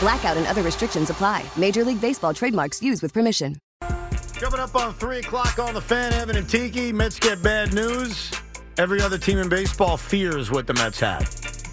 Blackout and other restrictions apply. Major League Baseball trademarks used with permission. Coming up on 3 o'clock on the fan, Evan and Tiki. Mets get bad news. Every other team in baseball fears what the Mets have.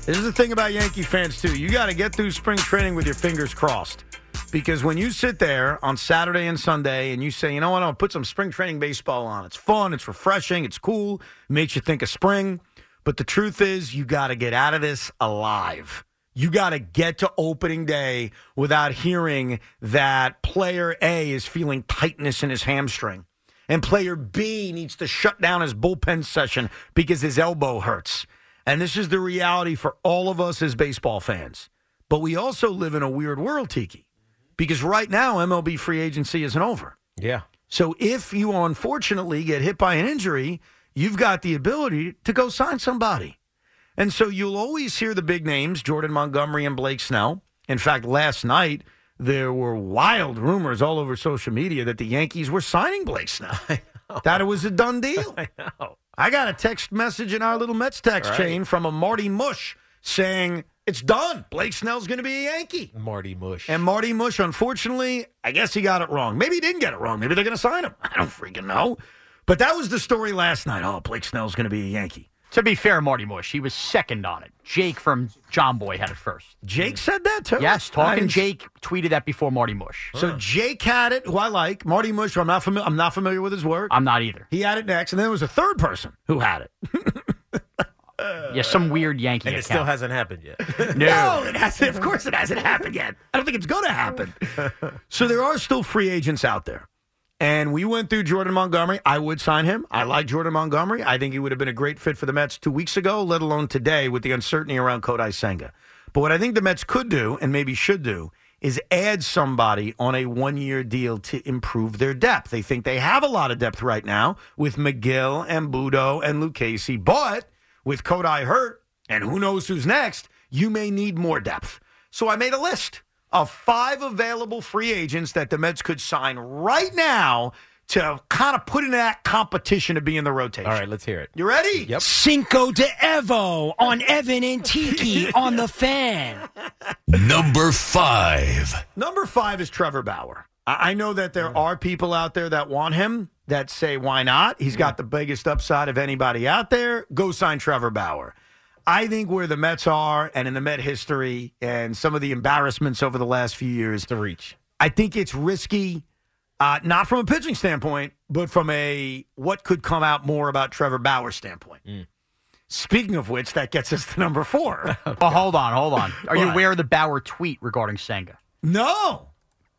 This is the thing about Yankee fans, too. You got to get through spring training with your fingers crossed. Because when you sit there on Saturday and Sunday and you say, you know what, I'll put some spring training baseball on, it's fun, it's refreshing, it's cool, makes you think of spring. But the truth is, you got to get out of this alive. You got to get to opening day without hearing that player A is feeling tightness in his hamstring and player B needs to shut down his bullpen session because his elbow hurts. And this is the reality for all of us as baseball fans. But we also live in a weird world, Tiki, because right now MLB free agency isn't over. Yeah. So if you unfortunately get hit by an injury, you've got the ability to go sign somebody. And so you'll always hear the big names, Jordan Montgomery and Blake Snell. In fact, last night there were wild rumors all over social media that the Yankees were signing Blake Snell. That it was a done deal. I know. I got a text message in our little Mets text Right. chain from a Marty Mush saying it's done. Blake Snell's going to be a Yankee. Marty Mush. And Marty Mush, unfortunately, I guess he got it wrong. Maybe he didn't get it wrong. Maybe they're going to sign him. I don't freaking know. But that was the story last night. Oh, Blake Snell's going to be a Yankee. To be fair, Marty Mush, he was second on it. Jake from John Boy had it first. Jake said that too. Yes, talking And Jake tweeted that before Marty Mush. So Jake had it, who I like. Marty Mush, who I'm not familiar. I'm not familiar with his work. I'm not either. He had it next, and then there was a third person who had it. yeah, some weird Yankee And it account. still hasn't happened yet. no. it hasn't. Of course, it hasn't happened yet. I don't think it's going to happen. so there are still free agents out there. And we went through Jordan Montgomery. I would sign him. I like Jordan Montgomery. I think he would have been a great fit for the Mets two weeks ago, let alone today with the uncertainty around Kodai Senga. But what I think the Mets could do and maybe should do is add somebody on a one year deal to improve their depth. They think they have a lot of depth right now with McGill and Budo and Lucchese, but with Kodai hurt and who knows who's next, you may need more depth. So I made a list of five available free agents that the Mets could sign right now to kind of put in that competition to be in the rotation. All right, let's hear it. You ready? Yep. Cinco de Evo on Evan and Tiki on the fan. Number five. Number five is Trevor Bauer. I I know that there Mm. are people out there that want him that say, why not? He's Mm. got the biggest upside of anybody out there. Go sign Trevor Bauer. I think where the Mets are and in the Met history and some of the embarrassments over the last few years, It's a reach. I think it's risky, uh, not from a pitching standpoint, but from a what could come out more about Trevor Bauer standpoint. Mm. Speaking of which, that gets us to number four. Oh, hold on, hold on. Are you What? aware of the Bauer tweet regarding Senga? no.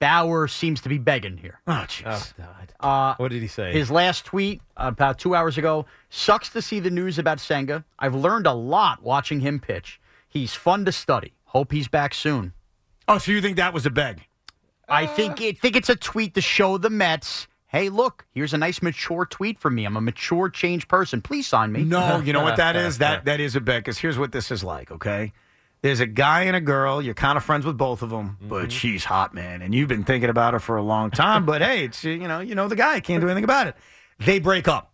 Bauer seems to be begging here. Oh, jeez. God. Uh, What did he say? His last tweet uh, about two hours ago sucks to see the news about Senga. I've learned a lot watching him pitch. He's fun to study. Hope he's back soon. oh, so you think that was a beg? I think it, think it's a tweet to show the Mets. Hey, look, here's a nice mature tweet from me. I'm a mature, changed person. Please sign me. No, you know what that is? That that is a bet. Because here's what this is like. Okay, there's a guy and a girl. You're kind of friends with both of them, Mm-hmm. but she's hot, man, and you've been thinking about her for a long time. but hey, it's you know you know the guy can't do anything about it. They break up.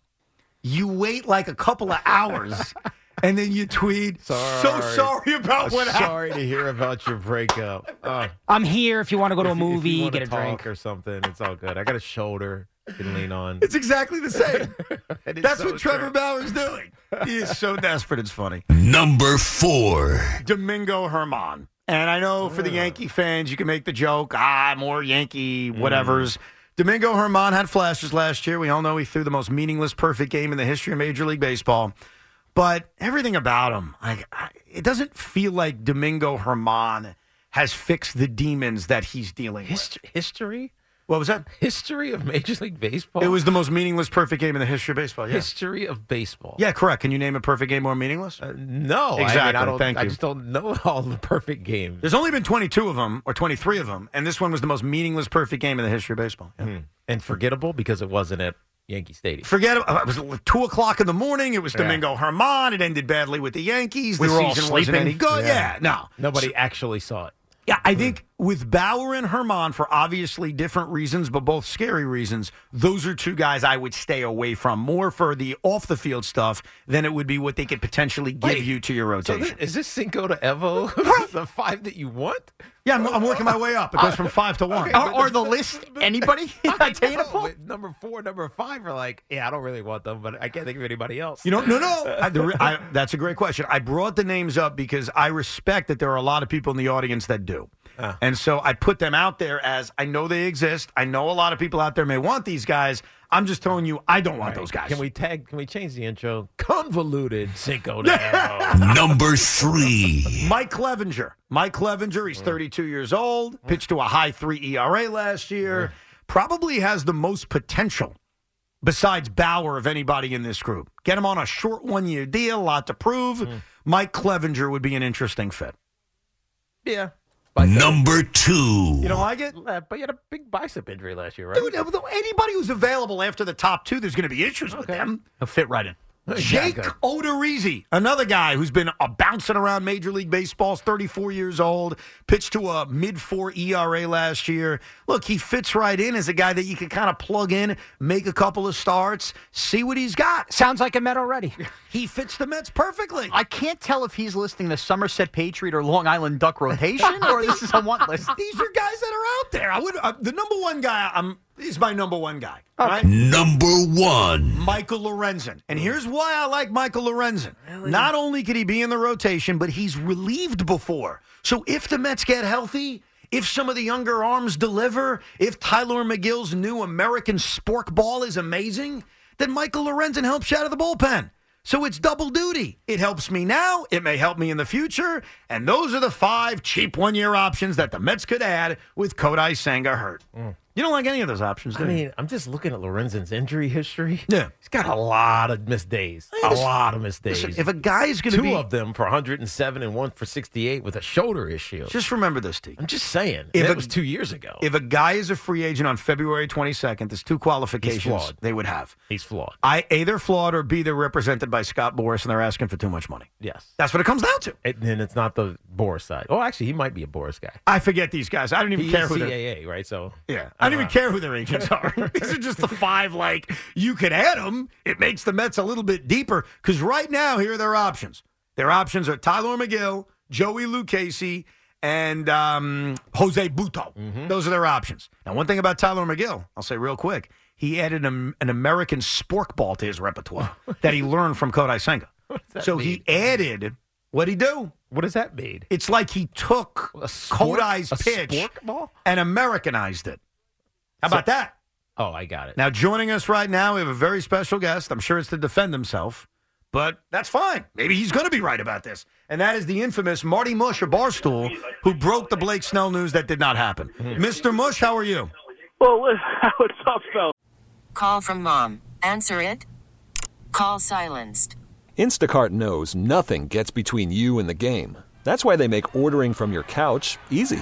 You wait like a couple of hours, and then you tweet. So Sorry. sorry about what happened. Sorry to hear about your breakup. Oh, I'm here if you want to go to a if you- if you movie, wanna get a talk drink. or something. It's all good. I got a shoulder you can lean on. It's exactly the same. And it's That's so what Trevor true. Bauer's doing. He is so desperate. It's funny. Number four. Domingo Herman. And I know for the Yankee fans, you can make the joke, ah, more Yankee whatevers. Domingo Herman had flashes last year. We all know he threw the most meaningless perfect game in the history of Major League Baseball. But everything about him, like I, it doesn't feel like Domingo Herman has fixed the demons that he's dealing with. Hist- history? What was that? History of Major League Baseball? It was the most meaningless perfect game in the history of baseball. Yeah. history of baseball. Yeah, correct. Can you name a perfect game more meaningless? Uh, No, I, mean, Exactly. I don't. Thank I you. just don't know all the perfect games. There's only been 22 of them or 23 of them, and this one was the most meaningless perfect game in the history of baseball. Yeah. and forgettable because it wasn't at Yankee Stadium. Forget it. It was two o'clock in the morning. It was Domingo Herman. It ended badly with the Yankees. We the were all season wasn't sleeping. any good. Yeah, Yeah. no. Nobody actually saw it. Yeah, I think with Bauer and Herman, for obviously different reasons, but both scary reasons, those are two guys I would stay away from more for the off the field stuff than it would be what they could potentially give Wait, you to your So rotation. this, is this Cinco to Evo the five that you want? yeah, I'm, I'm working my way up. It goes from five to one. Or, or the list? Anybody? No, Attainable? but number four, number five are like, yeah, I don't really want them, but I can't think of anybody else. You know, no, no. I, the, re- I, that's a great question. I brought the names up because I respect that there are a lot of people in the audience that do. And so I put them out there as I know they exist. I know a lot of people out there may want these guys. I'm just telling you, I don't want those guys. Can we tag? Can we change the intro? Convoluted Cinco de Evo. Number three. Mike Clevenger. Mike Clevenger, he's 32 years old, pitched to a high three ERA last year, probably has the most potential besides Bauer of anybody in this group. Get him on a short one year deal, lot to prove. Mike Clevenger would be an interesting fit. yeah, Number two. You don't like it? Yeah, but you had a big bicep injury last year, right? Dude, uh, anybody who's available after the top two, there's going to be issues with them. He'll fit right in. Jake Exactly. Odorizzi, another guy who's been uh, bouncing around Major League Baseball, is 34 years old, pitched to a mid four ERA last year. Look, he fits right in as a guy that you can kind of plug in, make a couple of starts, see what he's got. Sounds like a Met already. He fits the Mets perfectly. I can't tell if he's listing the Somerset Patriot or Long Island Duck rotation, or this is a want list. These are guys that are out there. I would uh, the number one guy. I'm is my number one guy. All right. Number one. Michael Lorenzen. Mm. And here's why I like Michael Lorenzen. Not only could he be in the rotation, but he's relieved before. So if the Mets get healthy, if some of the younger arms deliver, if Tyler McGill's new American spork ball is amazing, then Michael Lorenzen helps you out of the bullpen. So it's double duty. It helps me now. It may help me in the future. And those are the five cheap one year options that the Mets could add with Kodai Sanga hurt. Mm. You don't like any of those options, do I you? mean, I'm just looking at Lorenzen's injury history. Yeah. he's got a lot of missed days. A lot of missed days. Listen, if a guy's going to two be of them for 107 and one for 68 with a shoulder issue. Just remember this, T. I'm just saying. If If that a- was two years ago. If a guy is a free agent on February 22nd, there's two qualifications flawed. they would have. he's flawed. I A, they're flawed, or B, they're represented by Scott Boris and they're asking for too much money. Yes. That's what it comes down to. And then it's not the Boris side. Oh, actually, he might be a Boris guy. I forget these guys. I don't even He care is who they're. CAA, right? So Yeah, I uh-huh. don't even care who their agents are. these are just the five. Like you could add them. It makes the Mets a little bit deeper because right now here are their options. Their options are Tyler McGill, Joey Lucchese, and um, Jose Buto. Mm-hmm. Those are their options. Now, one thing about Tyler McGill, I'll say real quick. He added an, an American spork ball to his repertoire that he learned from Kodai Senga. So he added what he do. what does that mean? It's like he took A spork- Kodai's a pitch spork ball? and Americanized it. How about that? Oh, I got it. Now, joining us right now, we have a very special guest. I'm sure it's to defend himself, but that's fine. Maybe he's going to be right about this. And that is the infamous Marty Mush of Barstool, who broke the Blake Snell news that did not happen. Mm-hmm. Mr. Mush, how are you? Well, what- what's up, though? Call from mom. Answer it. Call silenced. Instacart knows nothing gets between you and the game. That's why they make ordering from your couch easy.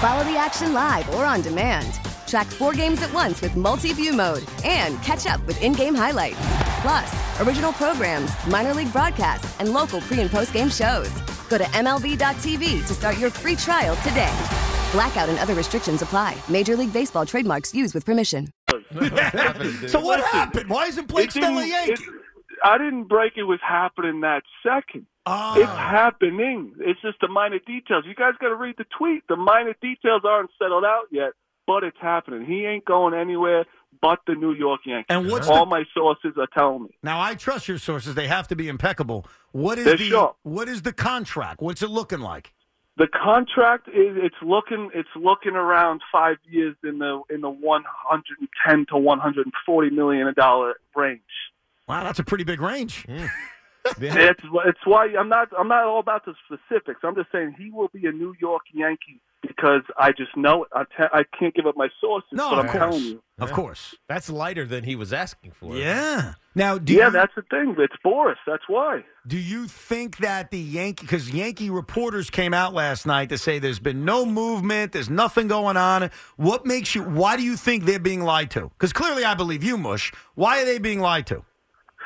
Follow the action live or on demand. Track four games at once with multi view mode and catch up with in game highlights. Plus, original programs, minor league broadcasts, and local pre and post game shows. Go to MLB.tv to start your free trial today. Blackout and other restrictions apply. Major League Baseball trademarks used with permission. So what happened? Why isn't Blake It still a didn't- Yankee? it- I didn't break it was happening that second. Ah. It's happening. It's just the minor details. You guys got to read the tweet. The minor details aren't settled out yet, but it's happening. He ain't going anywhere but the New York Yankees. And what's all the- my sources are telling me. Now I trust your sources; they have to be impeccable. What is They're the sure. what is the contract? What's it looking like? The contract is it's looking it's looking around five years in the in the one hundred and ten to one hundred and forty million dollar range. Wow, that's a pretty big range. Mm. It's it's why I'm not I'm not all about the specifics. I'm just saying he will be a New York Yankee because I just know it. I te- I can't give up my sources, No, but of I'm course, telling you. of course. That's lighter than he was asking for. Yeah. Now, do yeah, you, that's the thing. It's Boris. That's why. do you think that the Yankee because Yankee reporters came out last night to say there's been no movement, there's nothing going on. What makes you? Why do you think they're being lied to? Because clearly, I believe you, Mush. Why are they being lied to?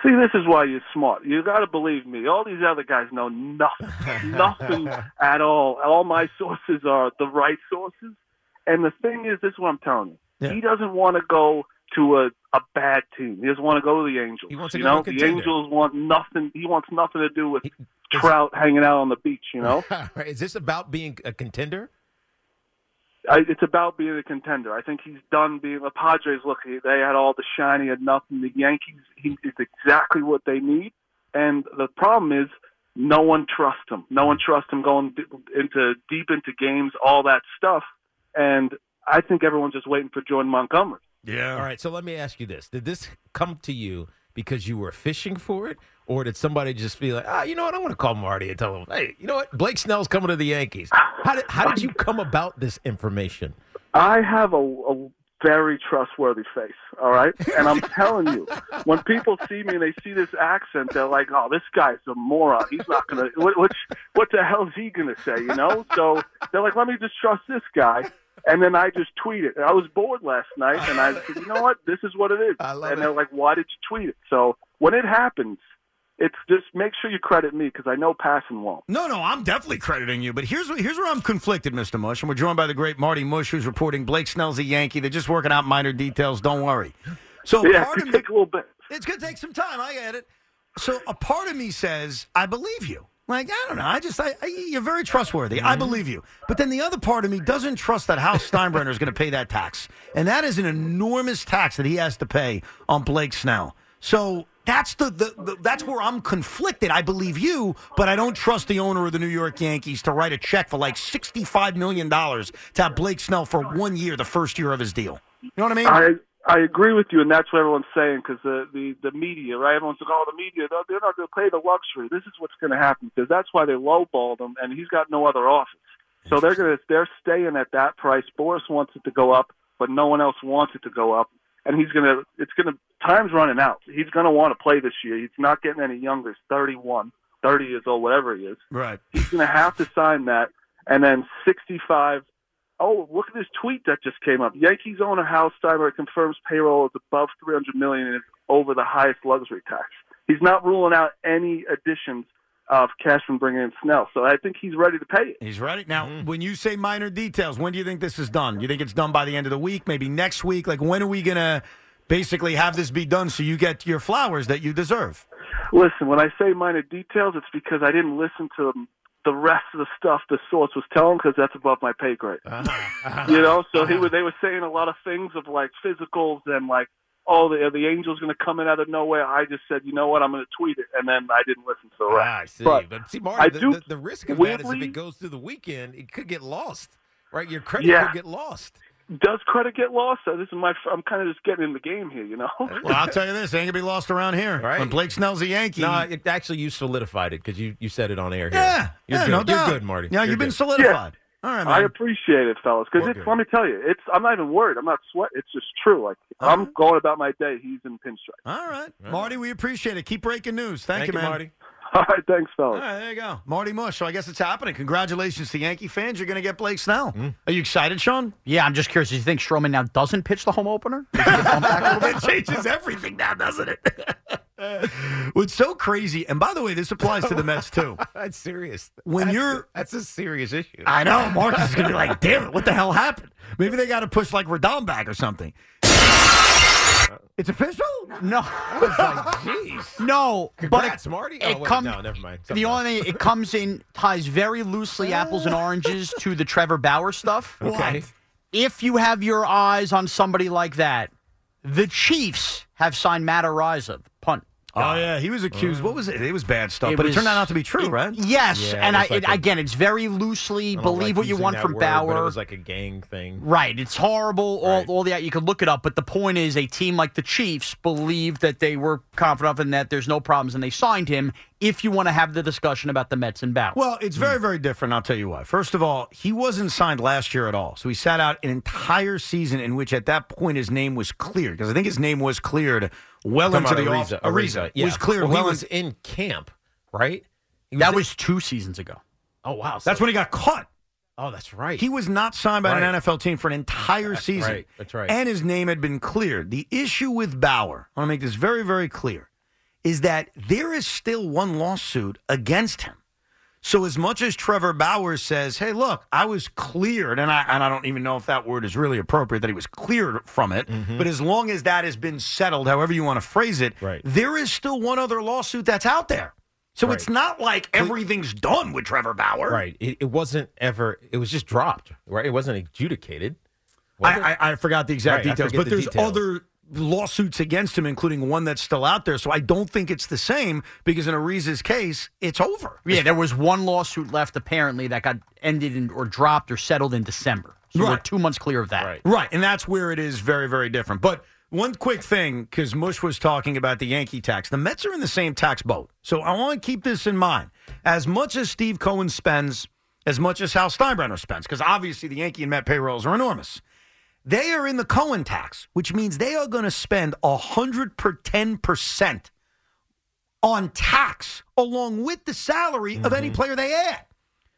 See, this is why you're smart. You got to believe me. All these other guys know nothing, nothing at all. All my sources are the right sources. And the thing is, this is what I'm telling you. Yeah. He doesn't want to go to a, a bad team. He doesn't want to go to the Angels. He wants to you go to know, a the contender. Angels want nothing. He wants nothing to do with He- is- Trout hanging out on the beach. You know, Is this about being a contender? I, it's about being a contender. I think he's done being the Padres. Look, they had all the shiny and nothing. The Yankees, he is exactly what they need. And the problem is, no one trusts him. No one trusts him going d- into deep into games, all that stuff. And I think everyone's just waiting for Jordan Montgomery. Yeah. All right, so let me ask you this. Did this come to you because you were fishing for it? Or did somebody just be like, ah, you know what? I want to call Marty and tell him, hey, you know what? Blake Snell's coming to the Yankees. How did, how did you come about this information? I have a, a very trustworthy face, all right? And I'm telling you, when people see me and they see this accent, they're like, "Oh, this guy's a moron. He's not gonna what what, what the hell is he gonna say?" You know? So they're like, "Let me just trust this guy." And then I just tweet it. And I was bored last night, and I said, "You know what? This is what it is." I love and it. they're like, "Why did you tweet it?" So when it happens, it's just make sure you credit me because I know passing won't. No, no, I'm definitely crediting you, but here's wh- here's where I'm conflicted, Mr. Mush, and we're joined by the great Marty Mush, who's reporting Blake Snell's a Yankee. They're just working out minor details. Don't worry. So Yeah, part it of could me, take a little bit. it's gonna take some time. I get it. So a part of me says I believe you. Like I don't know. I just I, I, you're very trustworthy. I believe you. But then the other part of me doesn't trust that House Steinbrenner is going to pay that tax, and that is an enormous tax that he has to pay on Blake Snell. So that's the, the, the that's where I'm conflicted. I believe you, but I don't trust the owner of the New York Yankees to write a check for like sixty five million dollars to have Blake Snell for one year, the first year of his deal. You know what I mean? I I agree with you, and that's what everyone's saying because the, the the media, right? Everyone's like, "Oh, the media, they're, they're not going to pay the luxury." This is what's going to happen because that's why they lowballed him, and he's got no other office. So they're going to they're staying at that price. Boris wants it to go up, but no one else wants it to go up, and he's going to it's going to time's running out. He's going to want to play this year. He's not getting any younger. He's 31, 30 years old, whatever he is right. he's going to have to sign that. And then 65. Oh, look at this tweet that just came up. Yankees owner Hal Steinbrenner confirms payroll is above 300 million and is over the highest luxury tax. He's not ruling out any additions of cash from bringing in Snell, so I think he's ready to pay it. He's ready. Now, Mm-hmm. when you say minor details, when do you think this is done? You think it's done by the end of the week, maybe next week? Like, when are we going to basically have this be done so you get your flowers that you deserve? Listen, when I say minor details, it's because I didn't listen to the rest of the stuff the source was telling because that's above my pay grade. Ah. you know, so he was, they were saying a lot of things of like physicals and like, oh, the the angel's going to come in out of nowhere. I just said, you know what, I'm going to tweet it, and then I didn't listen to the rest. Ah, I see. But, But see, Marty, I the, do- the, the risk of that is if weirdly- it goes through the weekend, it could get lost, right? Your credit Yeah. could get lost. Does credit get lost? So this is my, I'm kind of just getting in the game here, you know. Well, I'll tell you this, ain't going to be lost around here. Right. When Blake Snell's a Yankee. No, it, actually, you solidified it because you, you said it on air here. yeah. You're yeah, good. no You're doubt. good, Marty. Yeah, You're you've been good. solidified. All right, man. I appreciate it, fellas, because We're it's. good. Let me tell you, it's. I'm not even worried. I'm not sweat. It's just true. Like Uh-huh. I'm going about my day. He's in pinstripe. All right. Marty, we appreciate it. Keep breaking news. Thank, Thank you, you, man. Marty. All right, thanks, fellas. All right, there you go. Marty Mush. So I guess it's happening. Congratulations to Yankee fans. You're going to get Blake Snell. Mm. Are you excited, Sean? Yeah, I'm just curious. Do you think Stroman now doesn't pitch the home opener? it changes everything now, doesn't it? What's so crazy, and by the way, this applies to the Mets too. That's serious. When That's- you're- that's a serious issue. I know. Marcus is going to be like, damn it, what the hell happened? Maybe they got to push like Radon back or something. It's official? No, Jeez. no. Congrats, but it, Marty. Oh, It wait, comes. no, never mind. Something The only thing it comes in ties very loosely apples and oranges to the Trevor Bauer stuff. Okay. If you have your eyes on somebody like that, the Chiefs have signed Matt Ariza, punt. Oh, yeah. He was accused. What was it? It was bad stuff, It but was- it turned out not to be true, right? Yes, Yeah, it and I was like it, a- again, it's very loosely. I don't Believe like what you using want that from word, Bauer. But it was like a gang thing. Right. It's horrible. Right. All, all that. You could look it up. But the point is, a team like the Chiefs believed that they were confident in that there's no problems and they signed him if you want to have the discussion about the Mets and Bauer. Well, it's very, very different. I'll tell you why. First of all, he wasn't signed last year at all. So he sat out an entire season in which, at that point, his name was cleared because I think his name was cleared well into the off- Ariza. Ariza. Yeah. was cleared. Well, he well in- was in camp, right? He that in- was two seasons ago. Oh wow. So- that's when he got caught. Oh, that's right. He was not signed by Right. an NFL team for an entire season. right, that's right. And his name had been cleared. The issue with Bauer, I want to make this very, very clear, is that there is still one lawsuit against him. So as much as Trevor Bauer says, "Hey, look, I was cleared," and I and I don't even know if that word is really appropriate that he was cleared from it, Mm-hmm. but as long as that has been settled, however you want to phrase it, Right. there is still one other lawsuit that's out there. So it's not like everything's done with Trevor Bauer. right. It, it wasn't ever. It was just dropped. Right. It wasn't adjudicated. was it? I, I, I forgot the exact Right, I details, forget but the there's details. other lawsuits against him, including one that's still out there. So I don't think it's the same because in Ariza's case, it's over. Yeah, there was one lawsuit left apparently that got ended in, or dropped or settled in December. So we're Right. two months clear of that. Right. Right. And that's where it is very, very different. But one quick thing, because Mush was talking about the Yankee tax. The Mets are in the same tax boat. So I want to keep this in mind. As much as Steve Cohen spends, as much as Hal Steinbrenner spends, because obviously the Yankee and Met payrolls are enormous. They are in the Cohen tax, which means they are going to spend 110% on tax along with the salary of any player they add.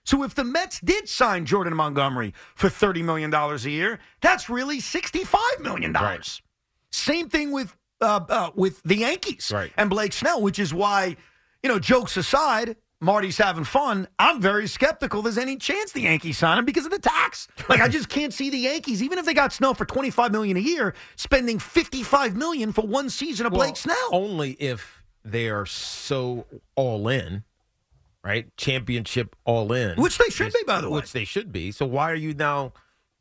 So if the Mets did sign Jordan Montgomery for $30 million a year, that's really $65 million. Same thing with uh, uh, with the Yankees Right. and Blake Snell, which is why, you know, jokes aside, Marty's having fun. I'm very skeptical there's any chance the Yankees sign him because of the tax. Like I just can't see the Yankees, even if they got Snell for 25 million a year, spending 55 million for one season of Blake Snell. Well, oh, Only if they are so all in, right? Championship all in, Which they should be, by the way. which they should be. So why are you now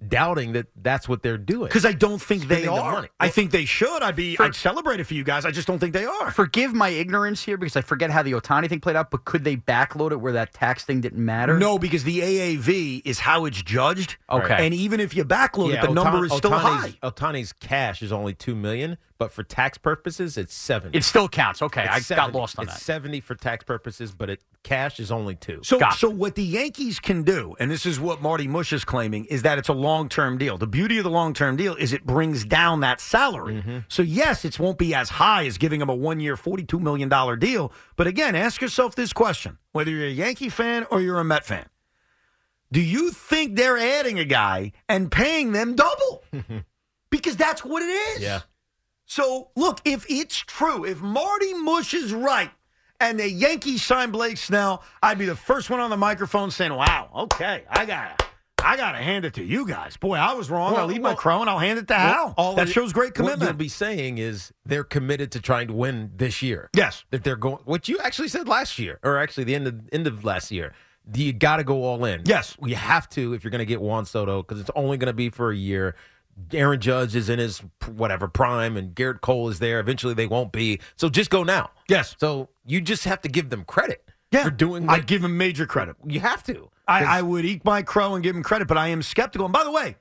doubting that that's what they're doing? Because I don't think they Spending the are. money. I think they should. I'd be. I'd celebrate it for you guys. I just don't think they are. Forgive my ignorance here because I forget how the Otani thing played out, but could they backload it where that tax thing didn't matter? No, because the AAV is how it's judged. Okay. And even if you backload Yeah, it, the Ohtani- number is still high. Ohtani's- Ohtani's cash is only two million, but for tax purposes, it's seven. It still counts. Okay, It's I 70. got lost on it's that. seventy for tax purposes, but it cash is only two. So, Gotcha. so what the Yankees can do, and this is what Marty Mush is claiming, is that it's a long-term deal. The beauty of the long-term deal is it brings down that salary. So, yes, it won't be as high as giving him a one-year, forty-two million dollar deal. But again, ask yourself this question: whether you're a Yankee fan or you're a Met fan, do you think they're adding a guy and paying them double? because that's what it is. Yeah. So look, if it's true, if Marty Mush is right and the Yankees sign Blake Snell, I'd be the first one on the microphone saying, Wow, okay, I gotta I gotta hand it to you guys. Boy, I was wrong. Well, I'll leave well, my crown, I'll hand it to Hal. Well, all that of- shows great What commitment. you'll be saying is they're committed to trying to win this year. Yes. that they're going. What you actually said last year, or actually the end of end of last year, you got to go all in. Yes. you have to if you're going to get Juan Soto because it's only going to be for a year. Aaron Judge is in his p- whatever prime, and Garrett Cole is there. Eventually, they won't be. So just go now. Yes. So you just have to give them credit yeah. for doing. I What give him major credit. you have to. I, I would eat my crow and give him credit, but I am skeptical. And by the way,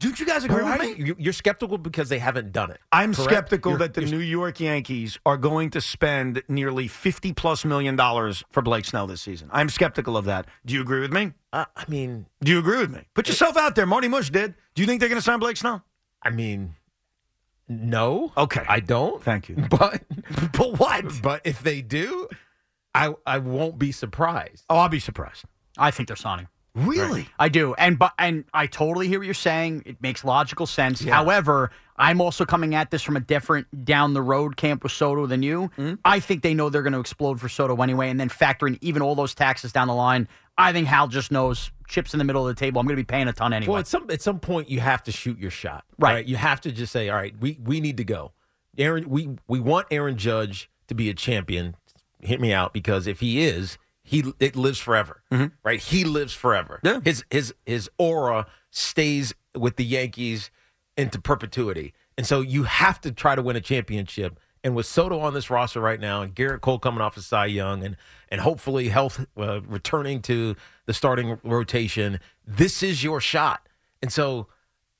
don't you guys agree Why with do me? you- You're skeptical because they haven't done it. I'm correct? skeptical You're- that the you're- New York Yankees are going to spend nearly 50 plus million dollars for Blake Snell this season. I'm skeptical of that. Do you agree with me? I I mean, Do you agree with me? Put yourself out there. Marty Mush did. Do you think they're going to sign Blake Snell? I mean, no. Okay. I don't. Thank you. But But what? but if they do, I I won't be surprised. Oh, I'll be surprised. I think they're signing. Really? I do, and but and I totally hear what you're saying. It makes logical sense. However, I'm also coming at this from a different down the road camp with Soto than you. Mm-hmm. I think they know they're going to explode for Soto anyway, and then factor in even all those taxes down the line. I think Hal just knows chips in the middle of the table. I'm going to be paying a ton anyway. Well, at some at some point you have to shoot your shot, Right. You have to just say, all right, we we need to go. Aaron, we we want Aaron Judge to be a champion. Hit me out because if he is, he it lives forever, right? He lives forever. Mm-hmm. Yeah. His his his aura stays with the Yankees into perpetuity, and so you have to try to win a championship. And with Soto on this roster right now, and Garrett Cole coming off of Cy Young, and and hopefully health uh, returning to the starting rotation, this is your shot. And so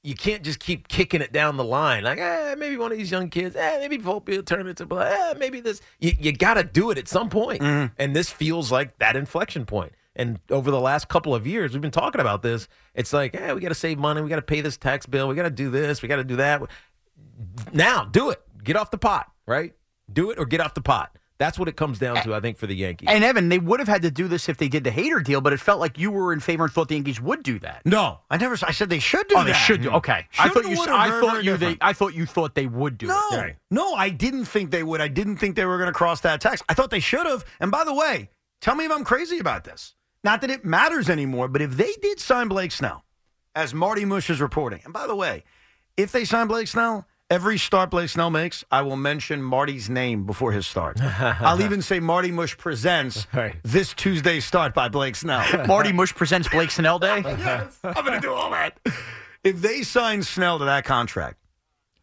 you can't just keep kicking it down the line. Like, eh, maybe one of these young kids, eh, maybe Volpe will turn into black. Eh, maybe this. You, you got to do it at some point. And this feels like that inflection point. And over the last couple of years, we've been talking about this. It's like, eh, we got to save money. We got to pay this tax bill. We got to do this. We got to do that. Now, do it. Get off the pot, right? Do it or get off the pot. That's what it comes down to, I think, for the Yankees. and Evan, they would have had to do this if they did the hater deal, but it felt like you were in favor and thought the Yankees would do that. No, I never. I said they should do Oh, that. Hmm. they should do. Okay, I Should, thought you. would, or I very, thought very you. They, different. I thought you thought they would do No, it. no, I didn't think they would. I didn't think they were going to cross that tax. I thought they should have. And by the way, tell me if I'm crazy about this. Not that it matters anymore, but if they did sign Blake Snell, as Marty Mush is reporting, and by the way, if they sign Blake Snell, every start Blake Snell makes, I will mention Marty's name before his start. I'll even say Marty Mush presents Right. this Tuesday start by Blake Snell. Marty Mush presents Blake Snell Day. I'm going to do all that. If they sign Snell to that contract,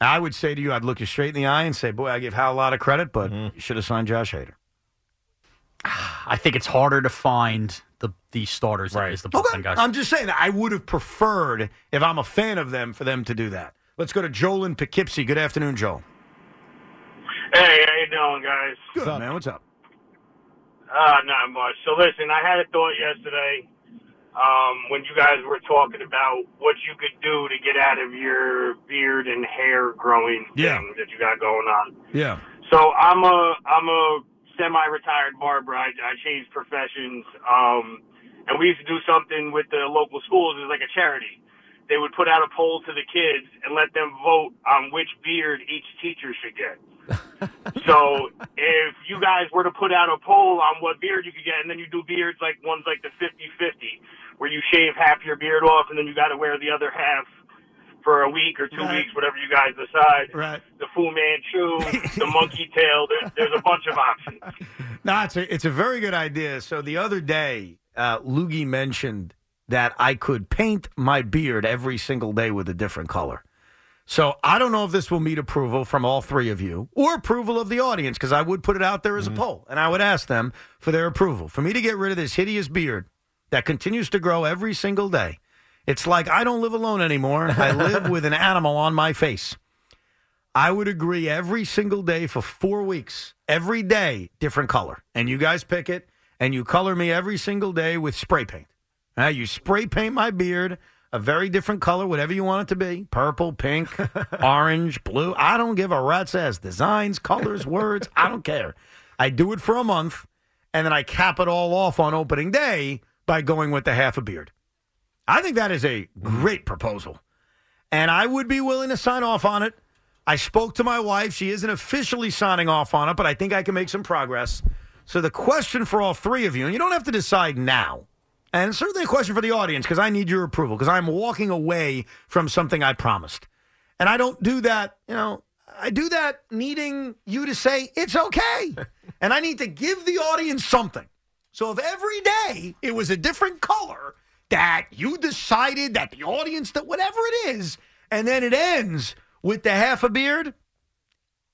I would say to you, I'd look you straight in the eye and say, "Boy, I give Hal a lot of credit, but you should have signed Josh Hader." I think it's harder to find the the starters than it Right. is the bullpen Okay, guys. I'm just saying that I would have preferred, if I'm a fan of them, for them to do that. Let's go to Joel in Poughkeepsie. Good afternoon, Joel. Hey, how you doing, guys? Good man. What's up? Uh, not much. So listen, I had a thought yesterday um, when you guys were talking about what you could do to get out of your beard and hair growing Yeah. thing that you got going on. Yeah. So I'm a I'm a semi-retired barber. I, I changed professions, um, and we used to do something with the local schools. It was like a charity. They would put out a poll to the kids and let them vote on which beard each teacher should get. so if you guys were to put out a poll on what beard you could get, and then you do beards like ones like the 50-50, where you shave half your beard off and then you got to wear the other half for a week or two Right. weeks, whatever you guys decide Right. the Fu Manchu, the Monkey Tail. There, there's a bunch of options. No, it's a, it's a very good idea. So the other day, uh, Loogie mentioned that I could paint my beard every single day with a different color. So I don't know if this will meet approval from all three of you or approval of the audience because I would put it out there as a poll and I would ask them for their approval. For me to get rid of this hideous beard that continues to grow every single day, it's like I don't live alone anymore. I live with an animal on my face. I would agree every single day for four weeks, every day, different color. And you guys pick it, and you color me every single day with spray paint. Now you spray paint my beard a very different color, whatever you want it to be purple, pink, orange, blue. I don't give a rat's ass. Designs, colors, words, I don't care. I do it for a month, and then I cap it all off on opening day by going with the half a beard. I think that is a great proposal and I would be willing to sign off on it. I spoke to my wife. She isn't officially signing off on it, but I think I can make some progress. So, the question for all three of you, and you don't have to decide now, and certainly a question for the audience because I need your approval because I'm walking away from something I promised. And I don't do that, you know, I do that needing you to say it's okay. and I need to give the audience something. So if every day it was a different color that you decided that the audience that whatever it is, and then it ends with the half a beard,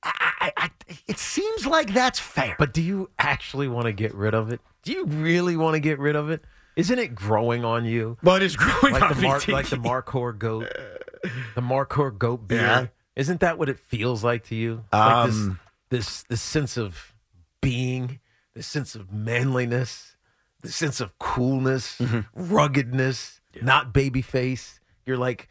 I, I, I, it seems like that's fair. But do you actually want to get rid of it? Do you really want to get rid of it? Isn't it growing on you? but it's growing Like the on Mar- me, like the Tiki. Marcor goat, the Marcor goat beard. Yeah. Isn't that what it feels like to you? like this, Um, this this sense of being, this sense of manliness, the sense of coolness, Mm-hmm. ruggedness, not baby face. You're like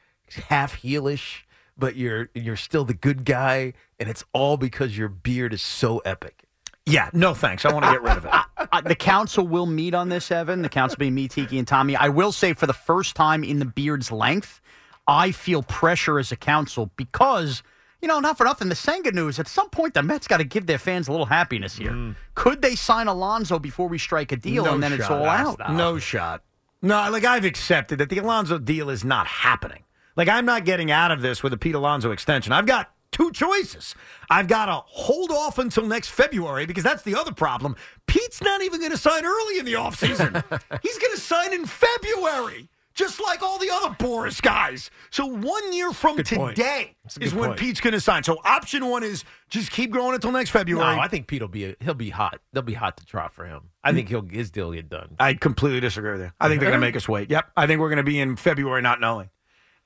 half heelish, but you're you're still the good guy, and it's all because your beard is so epic. Yeah, no thanks. I want to get rid of it. uh, the council will meet on this, Evan. The council being me, Tiki, and Tommy. I will say for the first time in the beard's length, I feel pressure as a council because. You know, not for nothing. The Senga news. At some point, the Mets got to give their fans a little happiness here. Mm. Could they sign Alonzo before we strike a deal, and then it's all out? No shot. No, like I've accepted that the Alonzo deal is not happening. Like I'm not getting out of this with a Pete Alonzo extension. I've got two choices. I've got to hold off until next February because that's the other problem. Pete's not even going to sign early in the offseason. He's going to sign in February, just like all the other Boris guys. So one year from Good point. today That's a is good when point. Pete's going to sign. So option one is just keep going until next No, February. I think Pete'll be he'll be hot. They'll be hot to trot for him. Mm. I think he'll his deal will get done. I completely disagree with you. I think they're going to make us wait. Yep. I think we're going to be in February not knowing.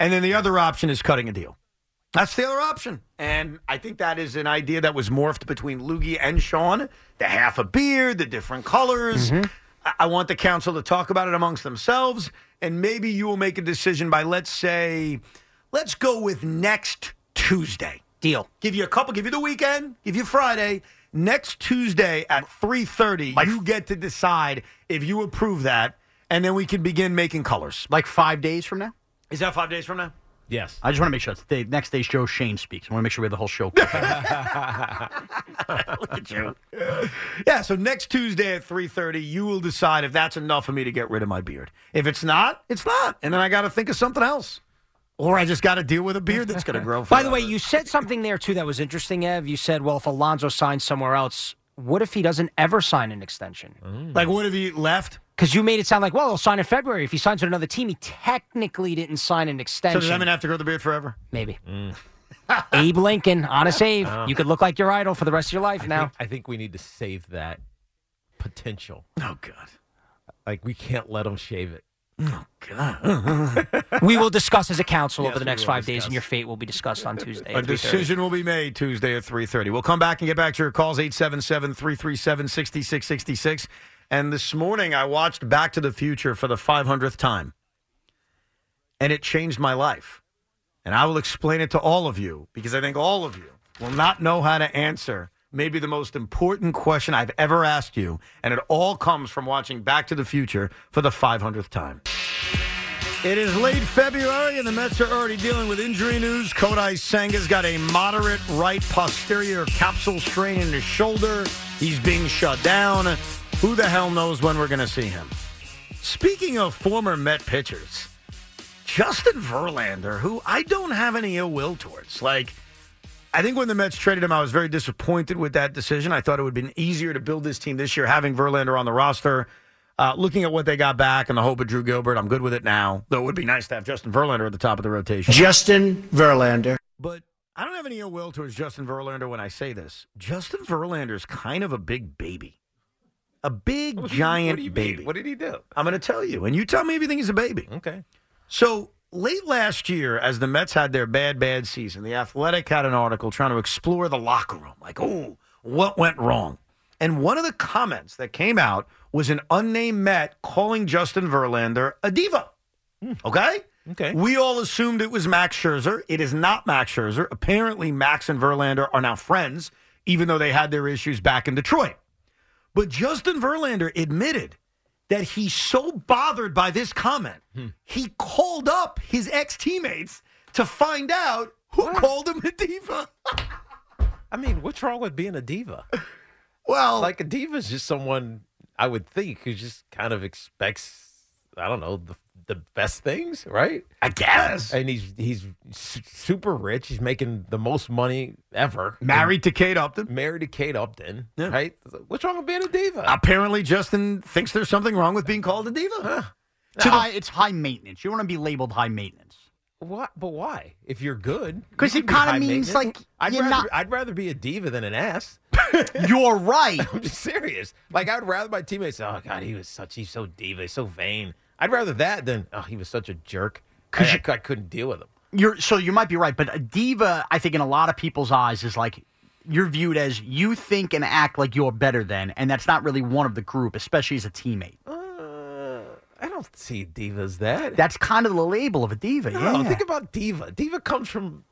And then the other option is cutting a deal. That's the other option. And I think that is an idea that was morphed between Loogie and Sean the half a beard, the different colors. I-, I want the council to talk about it amongst themselves. And maybe you will make a decision by, let's say, let's go with next Tuesday. Deal. Give you a couple, give you the weekend, give you Friday. Next Tuesday at 3:30, you get to decide if you approve that and then we can begin making colors. Like five days from now. Is that 5 days from now? Yes. I just want to make sure. It's the next day's Joe Shane speaks. I want to make sure we have the whole show. covered. Look at you. yeah, so next Tuesday at 3:30, you will decide if that's enough for me to get rid of my beard. If it's not, it's not. And then I got to think of something else. Or I just got to deal with a beard that's going to grow. By the forever. way, you said something there too that was interesting, Ev. You said, well, if Alonzo signs somewhere else, what if he doesn't ever sign an extension? like what have you left? Because you made it sound like, well, he'll sign in February. If he signs with another team, he technically didn't sign an So extension. does that mean I have to grow the beard forever? Maybe. Abe Lincoln, honest Abe. Uh-huh. You could look like your idol for the rest of your life I now. think, I think we need to save that potential. Oh god. Like we can't let him shave it. we will discuss as a council Yes, over the we next will five days, discuss. and your fate will be discussed on Tuesday. A at 3:30. decision will be made Tuesday at 3:30. We'll come back and get back to your calls 877-337-6666. And this morning I watched Back to the Future for the 500th time. And it changed my life. And I will explain it to all of you because I think all of you will not know how to answer maybe the most important question I've ever asked you, and it all comes from watching Back to the Future for the 500th time. It is late February, and the Mets are already dealing with injury news. Kodai Senga's got a moderate right posterior capsule strain in his shoulder. He's being shut down. Who the hell knows when we're going to see him? Speaking of former Met pitchers, Justin Verlander, who I don't have any ill will towards. Like, I think when the Mets traded him, I was very disappointed with that decision. I thought it would have been easier to build this team this year having Verlander on the roster. Uh, looking at what they got back and the hope of Drew Gilbert, I'm good with it now. Though it would be nice to have Justin Verlander at the top of the rotation. Justin Verlander. But I don't have any ill will towards Justin Verlander when I say this. Justin Verlander's kind of a big baby, a big giant what do you mean? baby. What did he do? I'm going to tell you, and you tell me if you think he's a baby. Okay. So late last year, as the Mets had their bad, bad season, the Athletic had an article trying to explore the locker room. Like, oh, what went wrong? And one of the comments that came out was an unnamed Met calling Justin Verlander a diva. Okay? Hmm. Okay. We all assumed it was Max Scherzer. It is not Max Scherzer. Apparently, Max and Verlander are now friends, even though they had their issues back in Detroit. But Justin Verlander admitted that he's so bothered by this comment, Hmm. he called up his ex teammates to find out who called him a diva. I mean, what's wrong with being a diva? Oh. Well, Like a diva is just someone I would think who just kind of expects I don't know the the best things, right? I guess. And he's he's su- super rich. He's making the most money ever. Married to Kate Upton. married to Kate Upton, Yeah. right? What's wrong with being a diva? Apparently, Justin thinks there's something wrong with being called a diva. It's high- it's high maintenance. You want to be labeled high maintenance. What? But why? If you're good, 'Cause you it can be kinda high means, maintenance. like, I'd you're rather not- I'd rather be a diva than an ass. You're right. I'm just serious. Like I'd rather my teammates. say, Oh God, he was such. He's so diva. He's so vain. I'd rather that than oh he was such a jerk. Cause I, I couldn't deal with him. You're so you might be right, but a diva, I think, in a lot of people's eyes, is like you're viewed as you think and act like you're better than, and that's not really one of the group, especially as a teammate. Oh. Uh, I don't see divas that. That's kind of the label of a diva. no, yeah. think about diva. Diva comes from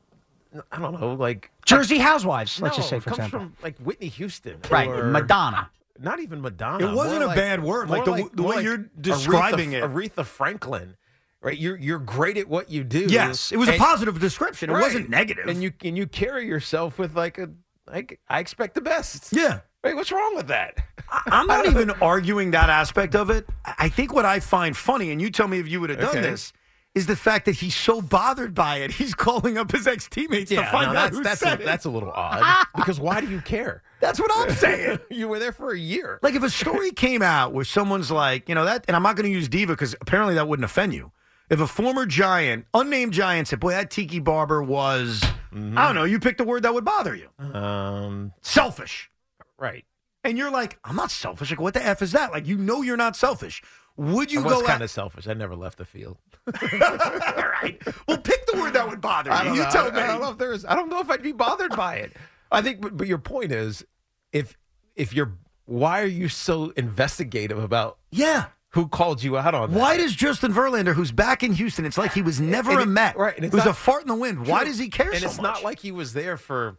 I don't know like Jersey Housewives, let's no, just say, it for comes example. from like Whitney Houston, right, or- Madonna. not even Madonna. It wasn't more a bad word, like more the w- the more way you're describing Aretha, it. Aretha Franklin, right? You're you're great at what you do. Yes, it was a And- positive description. It wasn't Right. negative. And you and you carry yourself with like a like I expect the best. yeah. Wait, what's wrong with that? I- I'm not even arguing that aspect of it. I I think what I find funny, and you tell me if you would have done Okay. this, is the fact that he's so bothered by it. He's calling up his ex teammates to find no, out that's who that's said a, it. that's a little odd because why do you care? That's what I'm saying. You were there for a year. Like if a story came out where someone's like, you know that, and I'm not going to use diva because apparently that wouldn't offend you. If a former giant, unnamed giant, said, "Boy, that Tiki Barber was," I don't know. You picked a word that would bother you. Mm-hmm. Um, Selfish. right. And you're like, I'm not selfish. Like, what the f is that? Like, you know, you're not selfish. Would you I was go out? kind of selfish. I never left the field. All right. Well, pick the word that would bother I you. don't You know. tell I, me. I don't know if there's. I don't know if I'd be bothered by it. I think, but, but your point is, if if you're, why are you so investigative about yeah. who called you out on that? Why does Justin Verlander, who's back in Houston, it's like he was never And a it- Met. right, and It it's was not- a fart in the wind. Why does he care And so it's much? not like he was there for,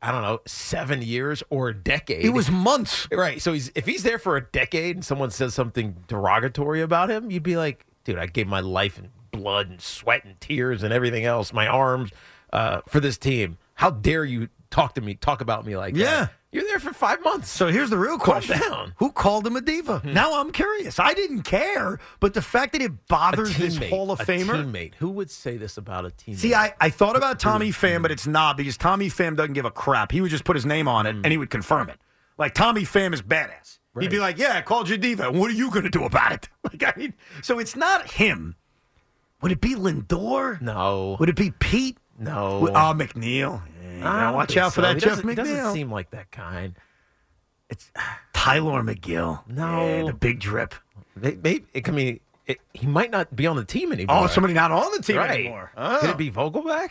I don't know, seven years or a decade. it was months. right. So he's if he's there for a decade and someone says something derogatory about him, you'd be like, dude, I gave my life and blood and sweat and tears and everything else, my arms, uh, for this team. How dare you talk to me, talk about me like Yeah. that? You're there for five months. So here's the real question: down. Hmm. Who called him a diva? Now I'm curious. I didn't care, but the fact that it bothers this Hall of a Famer. teammate. Who would say this about a teammate? See, I, I thought about Tommy Pham, but it's not because Tommy Pham doesn't give a crap. He would just put his name on it Hmm. and he would confirm it. Like Tommy Pham is badass. He'd be like, "Yeah, I called you a diva. What are you going to do about it?" Like, I mean, so it's not him. Would it be Lindor? no, Would it be Pete? no. Would- Ah, McNeil. Yeah, you gotta I don't watch think out for so. that, He Jeff doesn't- he McNeil. doesn't seem like that kind. It's Tyler McGill. No. Yeah, the big drip. They, maybe it, I mean, it, he might not be on the team anymore. Oh, somebody not on the team right. anymore. Could it be Vogelback?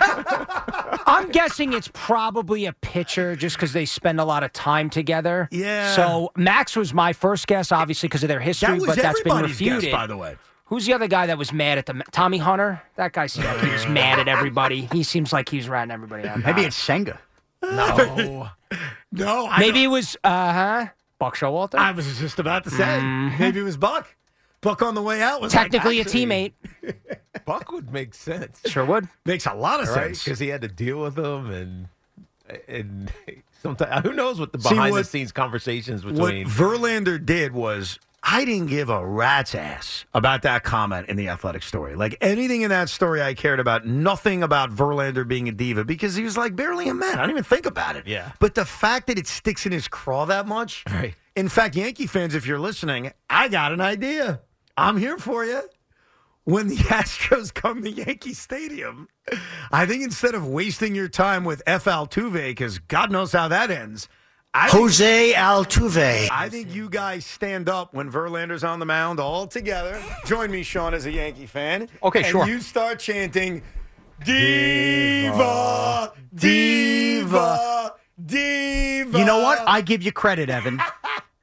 I'm guessing it's probably a pitcher just because they spend a lot of time together. Yeah. So Max was my first guess, obviously, because of their history, That was but that's been everybody's guess, refuted. by the way. Who's the other guy that was mad at the Tommy Hunter? That guy seems like he was mad at everybody. He seems like he's ratting everybody out. Maybe it's Senga. No. No, Oh, I Maybe it was uh huh Buck Showalter. I was just about to say maybe it was Buck. Buck on the way out was like, Mm-hmm. Technically actually, a teammate. Buck would make sense, Sure would. Makes a lot of right? sense. Because he had to deal with them and and sometimes who knows what the See, what- behind the scenes conversations What between Verlander did was I didn't give a rat's ass about that comment in the athletic story. Like anything in that story, I cared about nothing about Verlander being a diva because he was like barely a man. I didn't even think about it. Yeah. But the fact that it sticks in his craw that much. Right. In fact, Yankee fans, if you're listening, I got an idea. I'm here for you. when the Astros come to Yankee Stadium, I think instead of wasting your time with F. Altuve, because God knows how that ends, I Jose Altuve. I think you guys stand up when Verlander's on the mound all together. Join me, Sean, as a Yankee fan. Okay, and sure. You start chanting, Diva, Diva, Diva. You know what? I give you credit, Evan,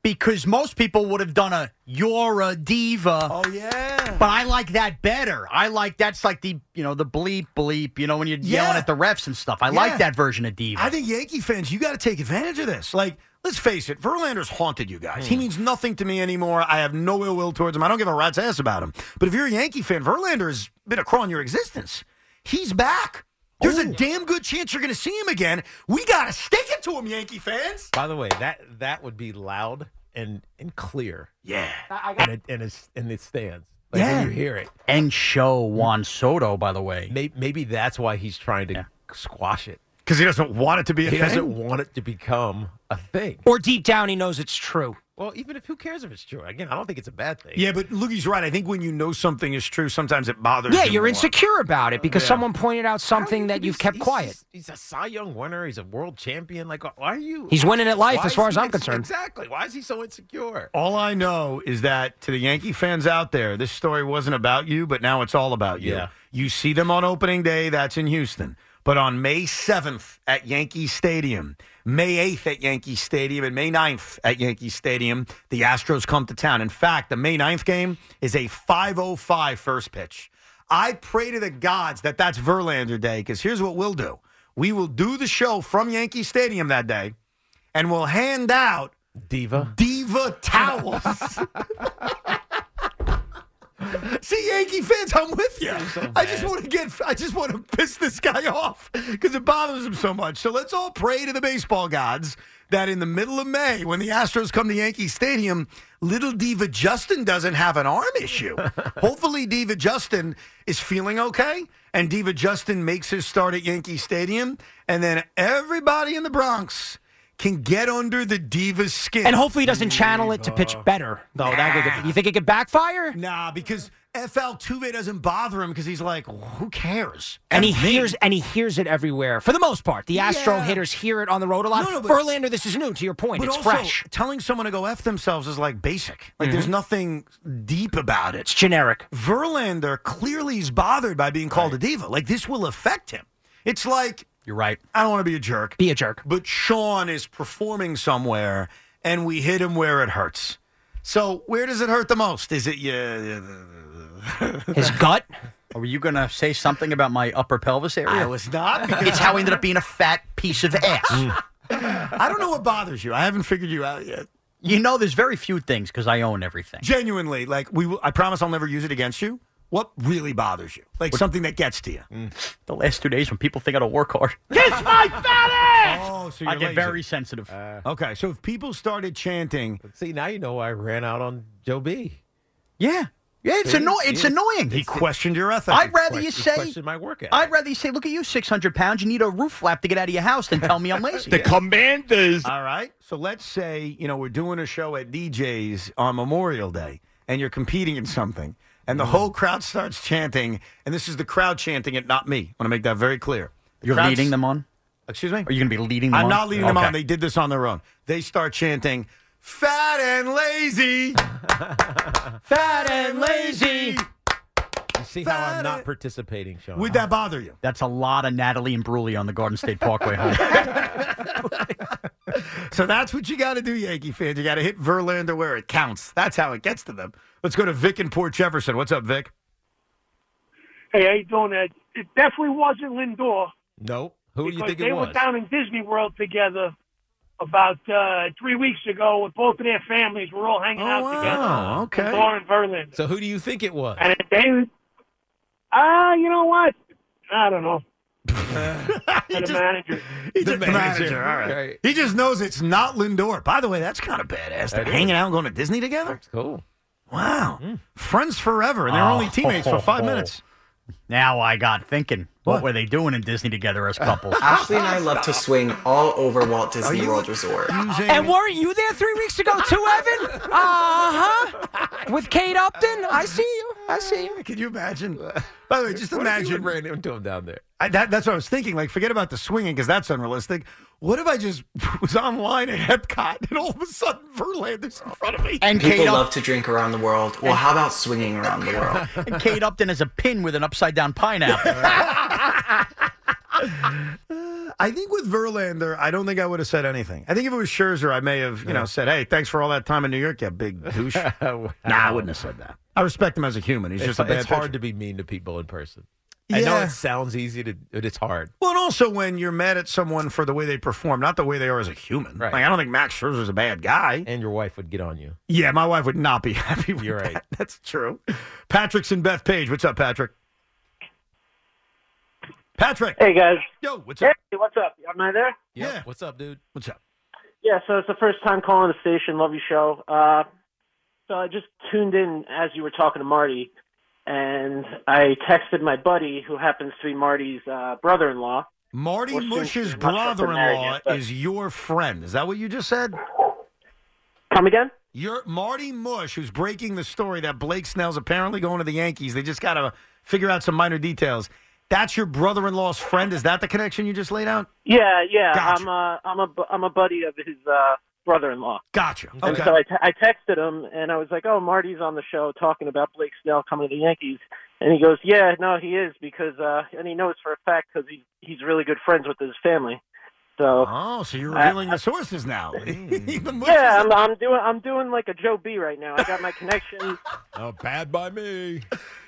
because most people would have done a "You're a diva." oh yeah. But I like that better. I like that's like the you know the bleep bleep. You know when you're Yeah. yelling at the refs and stuff. I Yeah. like that version of diva. I think Yankee fans, you got to take advantage of this. Like, let's face it, Verlander's haunted you guys. He means nothing to me anymore. I have no ill will towards him. I don't give a rat's ass about him. But if you're a Yankee fan, Verlander has been a crawl in your existence. He's back. There's a damn good chance you're going to see him again. We got to stick it to him, Yankee fans. By the way, that that would be loud and and clear Yeah. and it and it's and it stands. Like Yeah. when you hear it. and show Juan Soto, by the way. Maybe, maybe that's why he's trying to squash it. Because he doesn't want it to be a He doesn't thing. want it to become a thing. Or deep down, he knows it's true. Well, even if who cares if it's true? Again, I don't think it's a bad thing. Yeah, but look, he's right. I think when you know something is true, sometimes it bothers Yeah, you you're more. insecure about it because someone pointed out I don't something think that he's- you've kept he's- quiet. He's a Cy Young winner. He's a world champion. Like, why are you? He's winning at life why as far is as he I'm ex- concerned. Exactly. Why is he so insecure? All I know is that to the Yankee fans out there, this story wasn't about you, but now it's all about you. Yeah. You see them on opening day, that's in Houston. But on May 7th at Yankee Stadium, May 8th at Yankee Stadium, and May 9th at Yankee Stadium, the Astros come to town. In fact, the May 9th game is a 5.05 first pitch. I pray to the gods that that's Verlander Day because here's what we'll do we will do the show from Yankee Stadium that day and we'll hand out Diva. Diva towels. See, Yankee fans, I'm with you. I just want to get, I just want to piss this guy off because it bothers him so much. So let's all pray to the baseball gods that in the middle of May, when the Astros come to Yankee Stadium, little Diva Justin doesn't have an arm issue. Hopefully, Diva Justin is feeling okay, and Diva Justin makes his start at Yankee Stadium, and then everybody in the Bronx can get under the Diva's skin. And hopefully he doesn't channel it to pitch better. No, that could, you think it could backfire? Nah, because FL Tuve doesn't bother him because he's like, who cares? And he F me. hears and he hears it everywhere for the most part. The Astro Yeah. hitters hear it on the road a lot. No, no, but- Verlander, this is new. To your point, But it's also, fresh. Mm-hmm. telling someone to go F themselves is like basic. Like, there's nothing deep about It's it. generic. Verlander clearly is bothered by being called a diva. Like, this will affect him. It's like, You're right. I don't want to be a jerk, Be a jerk. but Sean is performing somewhere and we hit him where it hurts. So, where does it hurt the most? Is it you? His gut. Are you going to say something about my upper pelvis area? I was not. Because it's how I ended up being a fat piece of Mm. ass. I don't know what bothers you. I haven't figured you out yet. you know, there's very few things because I own everything. Genuinely, like we, will, I promise, I'll never use it against you. What really bothers you? Like something that gets to you? The last two days when people think I don't work hard, kiss my fat ass. Oh, so I get very sensitive. okay. So if people started chanting, See, now you know why I ran out on Joe B. yeah, yeah. It's annoying. It's annoying. he questioned your ethics. I'd rather you Question- say. question my work ethic. I'd rather you say, "Look at you, six hundred pounds. You need a roof flap to get out of your house," than tell me I'm lazy. Commanders. All right. So let's say you know we're doing a show at DJ's on Memorial Day, and you're competing in something, and Mm. the whole crowd starts chanting, and this is the crowd chanting it, not me. I want to make that very clear. The You're crowd's- leading them on. Excuse me. Are you going to be leading them? I'm on? not leading them Okay. on. They did this on their own. They start chanting, "Fat and lazy, fat and lazy." You see how I'm Friday. not participating, Sean. Would that bother you? That's a lot of Natalie and Bruley on the Garden State Parkway home. So that's what you got to do, Yankee fans. You got to hit Verlander where it counts. That's how it gets to them. Let's go to Vic and Port Jefferson. What's up, Vic? Hey, how you doing, Ed? It definitely wasn't Lindor. no. Who do you because think they it were was? down in Disney World together about uh, three weeks ago with both of their families. We're all hanging Oh, out wow. together. Oh, Okay. Lauren Verlander. So who do you think it was? and they, ah, you know what? I don't know. He And the just, manager. he The just- the manager, manager. All right. right. He just knows it's not Lindor. By the way, that's kind of badass. They're That hanging is. out and going to Disney together. Cool. Hmm. Wow. Friends forever, and they're only Oh. teammates for five minutes. now I got thinking, what, What? were they doing in Disney together as couples? Ashley and I love to swing all over Walt Disney you- World Resort. Using- And weren't you there three weeks ago too, Evan? Uh huh. With Kate Upton, I see you. I see you. Can you imagine? By the way, just Uh, What if imagine. you would ran into him down there? I, that, that's what I was thinking. Like, forget about the swinging because that's unrealistic. What if I just was online at Epcot and all of a sudden Verlander's in front of me? and Kate, People Up- love to drink around the world. Well, how about swinging around the world? and Kate Upton is a pin with an upside down pineapple. I think with Verlander, I don't think I would have said anything. I think if it was Scherzer, I may have, you know, said, "Hey, thanks for all that time in New York, you big douche." nah, I wouldn't have said that. I respect him as a human. He's It's, just a bad it's hard pitcher. to be mean to people in person. I know Yeah. it sounds easy to, but it's hard. Well, and also when you're mad at someone for the way they perform, not the way they are as a human. Right. Like I don't think Max Scherzer's a bad guy. And your wife would get on you. yeah, my wife would not be happy. With You're that. right. That's true. Patrick's and Beth Page. What's up, Patrick? Patrick. Hey, guys. Yo, what's Hey, up? what's up? Am I there? Yep. Yeah. What's up, dude? What's up? Yeah, so it's the first time calling the station. Love your show. Uh, so I just tuned in as you were talking to Marty, and I texted my buddy, who happens to be Marty's uh, brother-in-law. Marty Well, since Mush's you're not sure if they're married brother-in-law yet, but- is your friend. Is that what you just said? Come again? You're Marty Mush, who's breaking the story that Blake Snell's apparently going to the Yankees. They just got to figure out some minor details. That's your brother-in-law's friend. Is that the connection you just laid out? Yeah, yeah. Gotcha. I'm a I'm a bu- I'm a buddy of his uh, brother-in-law. Gotcha. And so I, t- I texted him, and I was like, "Oh, Marty's on the show talking about Blake Snell coming to the Yankees," and he goes, "Yeah, no, he is because, uh, and he knows for a fact because he's he's really good friends with his family." So Oh, so you're revealing the sources now. The Mush yeah, is- I'm, I'm doing I'm doing like a Joe B right now. I got my connection. Oh, bad by me.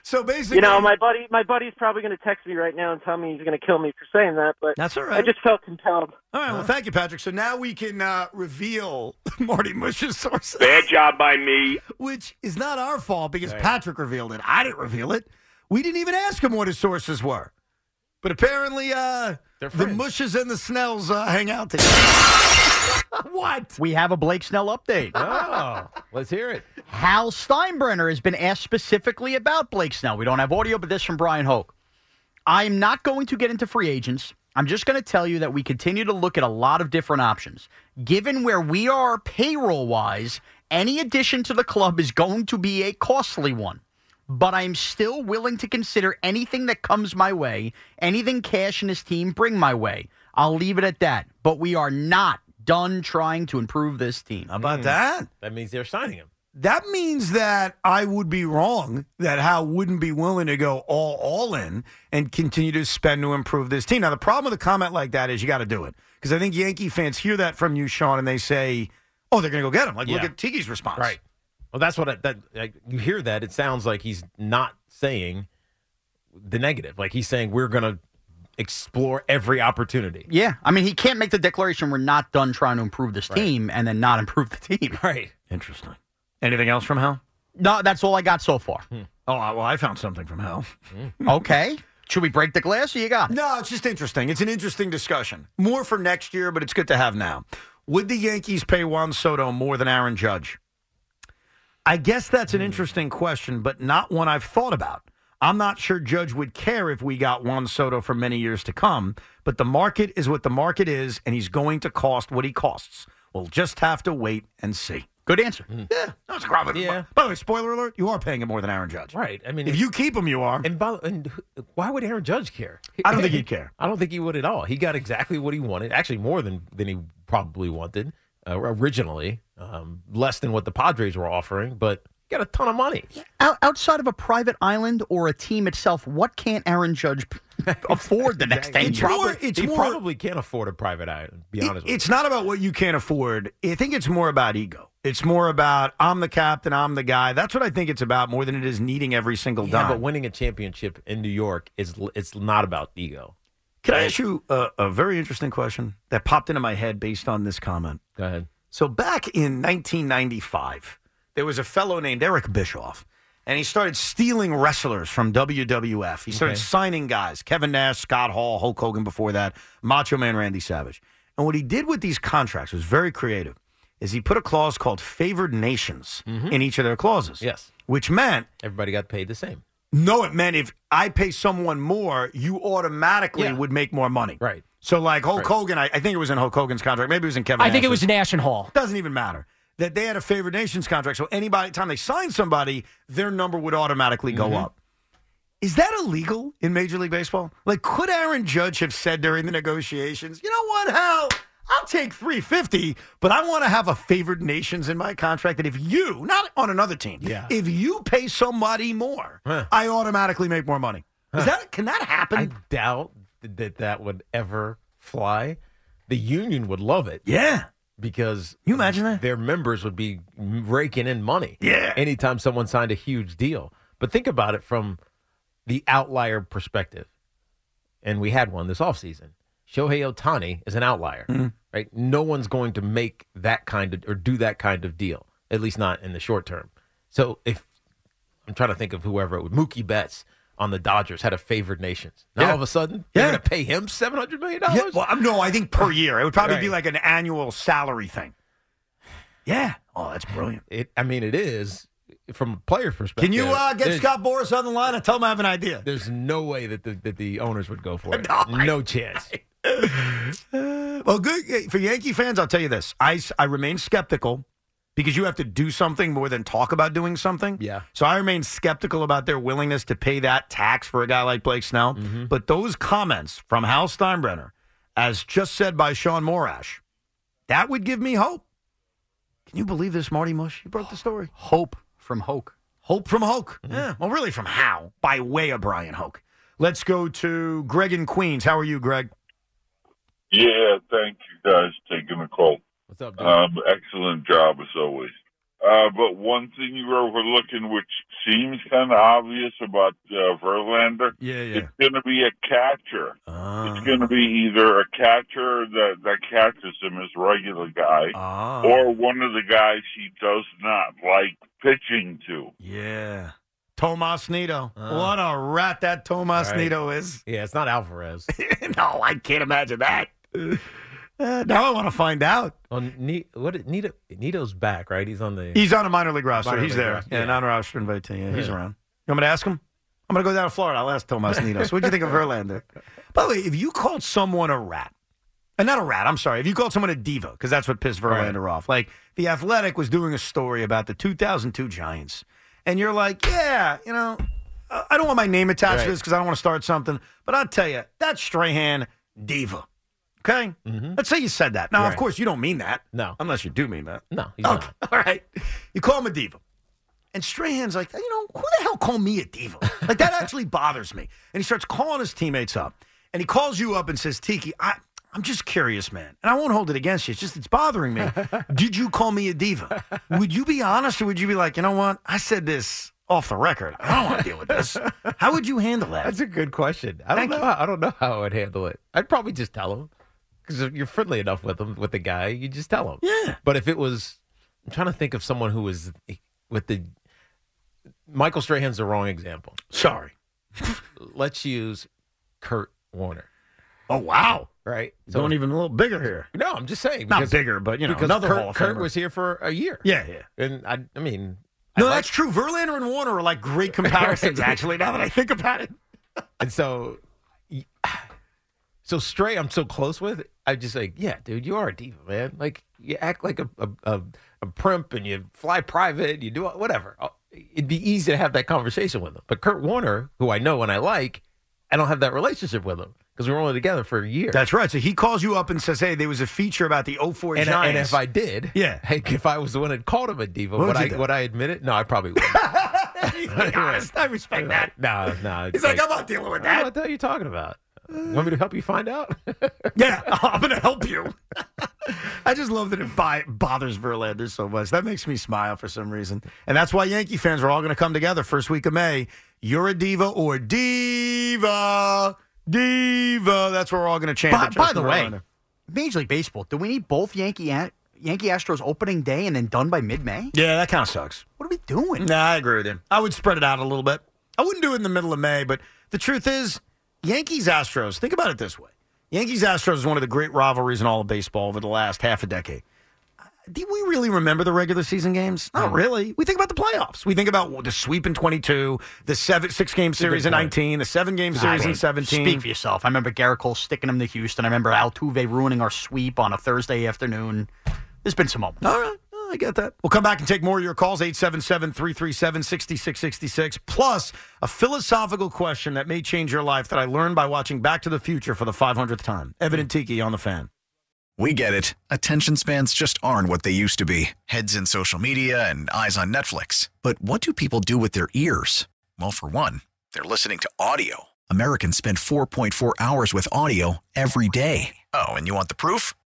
So basically, you know, my buddy, my buddy's probably going to text me right now and tell me he's going to kill me for saying that. But That's all I right. just felt compelled. All right. Well, thank you, Patrick. So now we can uh, reveal Marty Mush's sources. Bad job by me. Which is not our fault because Patrick revealed it. I didn't reveal it. We didn't even ask him what his sources were. But apparently, uh, the Mushes and the Snells uh, hang out together. what? We have a Blake Snell update. Ah. Oh, let's hear it. Hal Steinbrenner has been asked specifically about Blake Snell. We don't have audio, but this from Brian Hoke. I'm not going to get into free agents. I'm just going to tell you that we continue to look at a lot of different options. Given where we are payroll wise, any addition to the club is going to be a costly one. But I'm still willing to consider anything that comes my way, anything cash and his team bring my way. I'll leave it at that. But we are not done trying to improve this team. How about that? That means they're signing him. That means that I would be wrong that Howe wouldn't be willing to go all all in and continue to spend to improve this team. Now, the problem with a comment like that is you got to do it because I think Yankee fans hear that from you, Sean, and they say, "Oh, they're going to go get him." Like, look Yeah. at Tiki's response. Right. Well, that's what I, that like, you hear that it sounds like he's not saying the negative. Like he's saying we're going to explore every opportunity. Yeah, I mean, he can't make the declaration we're not done trying to improve this team and then not improve the team. Right. Interesting. Anything else from Hal? No, that's all I got so far. Oh, I- well, I found something from Hal. okay. Should we break the glass or you got it? No, it's just interesting. It's an interesting discussion. More for next year, but it's good to have now. Would the Yankees pay Juan Soto more than Aaron Judge? I guess that's an interesting question, but not one I've thought about. I'm not sure Judge would care if we got Juan Soto for many years to come, but the market is what the market is, and he's going to cost what he costs. We'll just have to wait and see. Good answer. Yeah, that's a problem. Yeah. By the way, spoiler alert: you are paying him more than Aaron Judge. Right. I mean, if you keep him, you are. And, by, and who- why would Aaron Judge care? I don't think he'd care. I don't think he would at all. He got exactly what he wanted, actually more than than he probably wanted uh, originally, um, less than what the Padres were offering, but he got a ton of money. Out, outside of a private island or a team itself, what can't Aaron Judge p- afford the next He day? probably, he probably can't afford a private island. to Be honest. with you. It's not about what you can't afford. I think it's more about ego. It's more about I'm the captain, I'm the guy. That's what I think it's about more than it is needing every single Yeah, dime. but winning a championship in New York is it's not about ego. Can I ask you a, a very interesting question that popped into my head based on this comment? Go ahead. So back in 1995, there was a fellow named Eric Bischoff, and he started stealing wrestlers from WWF. He started Okay. signing guys: Kevin Nash, Scott Hall, Hulk Hogan. Before that, Macho Man Randy Savage. And what he did with these contracts was very creative. Is he put a clause called favored nations Mm-hmm. in each of their clauses? Yes, which meant everybody got paid the same. No, it meant if I pay someone more, you automatically would make more money. Right. So, like Hulk Right. Hogan, I, I think it was in Hulk Hogan's contract. Maybe it was in Kevin. I think it Nash's. was Nash and Hall. Doesn't even matter that they had a favored nations contract. So, anybody time they signed somebody, their number would automatically go up. Is that illegal in Major League Baseball? Like, could Aaron Judge have said during the negotiations, "You know what, Hal? I'll take 350, but I want to have a favored nations in my contract that if you, not on another team, Yeah. if you pay somebody more, I automatically make more money." Is that can that happen? I doubt that that would ever fly. The union would love it. Yeah. Because you imagine that their members would be raking in money. Yeah. Anytime someone signed a huge deal, but think about it from the outlier perspective, and we had one this offseason. Shohei Otani is an outlier, Mm-hmm. right? No one's going to make that kind of or do that kind of deal, at least not in the short term. So if I'm trying to think of whoever it would. Mookie Betts on the Dodgers had a favored nations. Now all of a sudden, they're going to pay him seven hundred million dollars. Yeah, well, I'm- no, I think per year it would probably be Right. like an annual salary thing. Yeah. Oh, that's brilliant. It. I mean, it is from a player's perspective. Can you uh, get there's- Scott Boris on the line and tell him I have an idea? There's no way that the that the owners would go for it. No, no, I- chance. Well, good for Yankee fans. I'll tell you this: I I remain skeptical because you have to do something more than talk about doing something. Yeah. So I remain skeptical about their willingness to pay that tax for a guy like Blake Snell. Mm-hmm. But those comments from Hal Steinbrenner, as just said by Sean Morash, that would give me hope. Can you believe this, Marty Mush? You broke the story. Hope from Hoke. Mm-hmm. Hope from Hoke. Yeah. Well, really from Hal by way of Brian Hoke. Let's go to Greg in Queens. How are you, Greg? Yeah, thank you guys for taking the call. What's up, Uh, um, Excellent job as always. Uh, but one thing you were overlooking, which seems kind of obvious about uh, Verlander, Yeah, Uh-huh. yeah. it's going to be a catcher. Ah. It's going to be either a catcher that, that catches him as regular guy, Ah. Uh-huh. or one of the guys he does not like pitching to. Yeah. Tomas Nito. what a rat that Tomas Right. Nito is. Yeah, it's not Alvarez. no, I can't imagine that. Uh, now I want to find out. On Oh, Ne- what did- Nito Nito's back, right? He's on the He's on a minor league roster. Minor he's league there. roster, Yeah, yeah. non roster invitee. Yeah, he's Yeah. around. You want me to ask him? I'm going to go down to Florida. I'll ask Tomas Nito. So, what'd you think of Verlander? By the way, if you called someone a rat, and not a rat, I'm sorry, if you called someone a diva, because that's what pissed Verlander off. Like, The Athletic was doing a story about the 2002 Giants, and you're like, yeah, you know, I I don't want my name attached Right. to this because I don't want to start something, but I'll tell you, that Strahan diva. Okay? Let's say you said that. Now, of Mm-hmm. Right. course, you don't mean that. No. Unless you do mean that. No, he's Okay, All right. You call him a diva. And Strahan's like, you know, who the hell called me a diva? Like, that actually bothers me. And he starts calling his teammates up. And he calls you up and says, Tiki, I, I'm just curious, man. And I won't hold it against you. It's just, it's bothering me. Did you call me a diva? Would you be honest or would you be like, you know what? I said this off the record. I don't want to deal with this. How would you handle that? That's a good question. I don't know. How, I don't know how I'd handle it. I'd probably just tell him because if you're friendly enough with him, with the guy, you just tell him. Yeah. But if it was, I'm trying to think of someone who was with the Michael Strahan's the wrong example. Sorry. Let's use Kurt Warner. Oh wow! Right. Going even a little bigger here. No, I'm just saying. Not bigger, but, you know, because another Kurt, Hall of Kurt Famer. was here for a year. Yeah, yeah. And I, I mean, No, that's true. Verlander and Warner are like great comparisons, actually, now that I think about it. And so, so Stray, I'm so close with. I'm just like, yeah, dude, you are a diva, man. Like you act like a a, a, a primp, and you fly private, you do whatever. Oh, It'd be easy to have that conversation with him. But Kurt Warner, who I know and I like, I don't have that relationship with him because we were only together for a year. That's right. So he calls you up and says, hey, there was a feature about the 04 and, I- Giants. and if I did, Yeah. like, if I was the one that called him a diva, What would would you I do? would I admit it? No, I probably wouldn't. I respect that. no, no. He's like, I'm not dealing with that. What the hell are you talking about? Want me to help you find out? Yeah, I'm going to help you. I just love that it bi- bothers Verlander so much. That makes me smile for some reason. And that's why Yankee fans are all going to come together first week of May. You're a diva or diva. Diva. That's where we're all going to chant. By, at by Justin the way, Verlander. Major League Baseball, do we need both Yankee An- Yankee Astros opening day and then done by mid May? Yeah, that kind of sucks. What are we doing? Nah, I agree with him. I would spread it out a little bit. I wouldn't do it in the middle of May, but the truth is, Yankees Astros, think about it this way Yankees Astros is one of the great rivalries in all of baseball over the last half a decade. Uh, Do we really remember the regular season games? Not really. We think about the playoffs. We think about the sweep in 22, the seven, six game series in point. 19, the seven game Nah, series in dude, 17. Speak for yourself. I remember Garrett Cole sticking him to Houston. I remember Altuve ruining our sweep on a Thursday afternoon. There's been some moments. All right. Oh, I get that. We'll come back and take more of your calls 877 337 6666. Plus, a philosophical question that may change your life that I learned by watching Back to the Future for the 500th time. Evan and Tiki on the fan. We get it. Attention spans just aren't what they used to be heads in social media and eyes on Netflix. But what do people do with their ears? Well, for one, they're listening to audio. Americans spend 4.4 hours with audio every day. Oh, and you want the proof?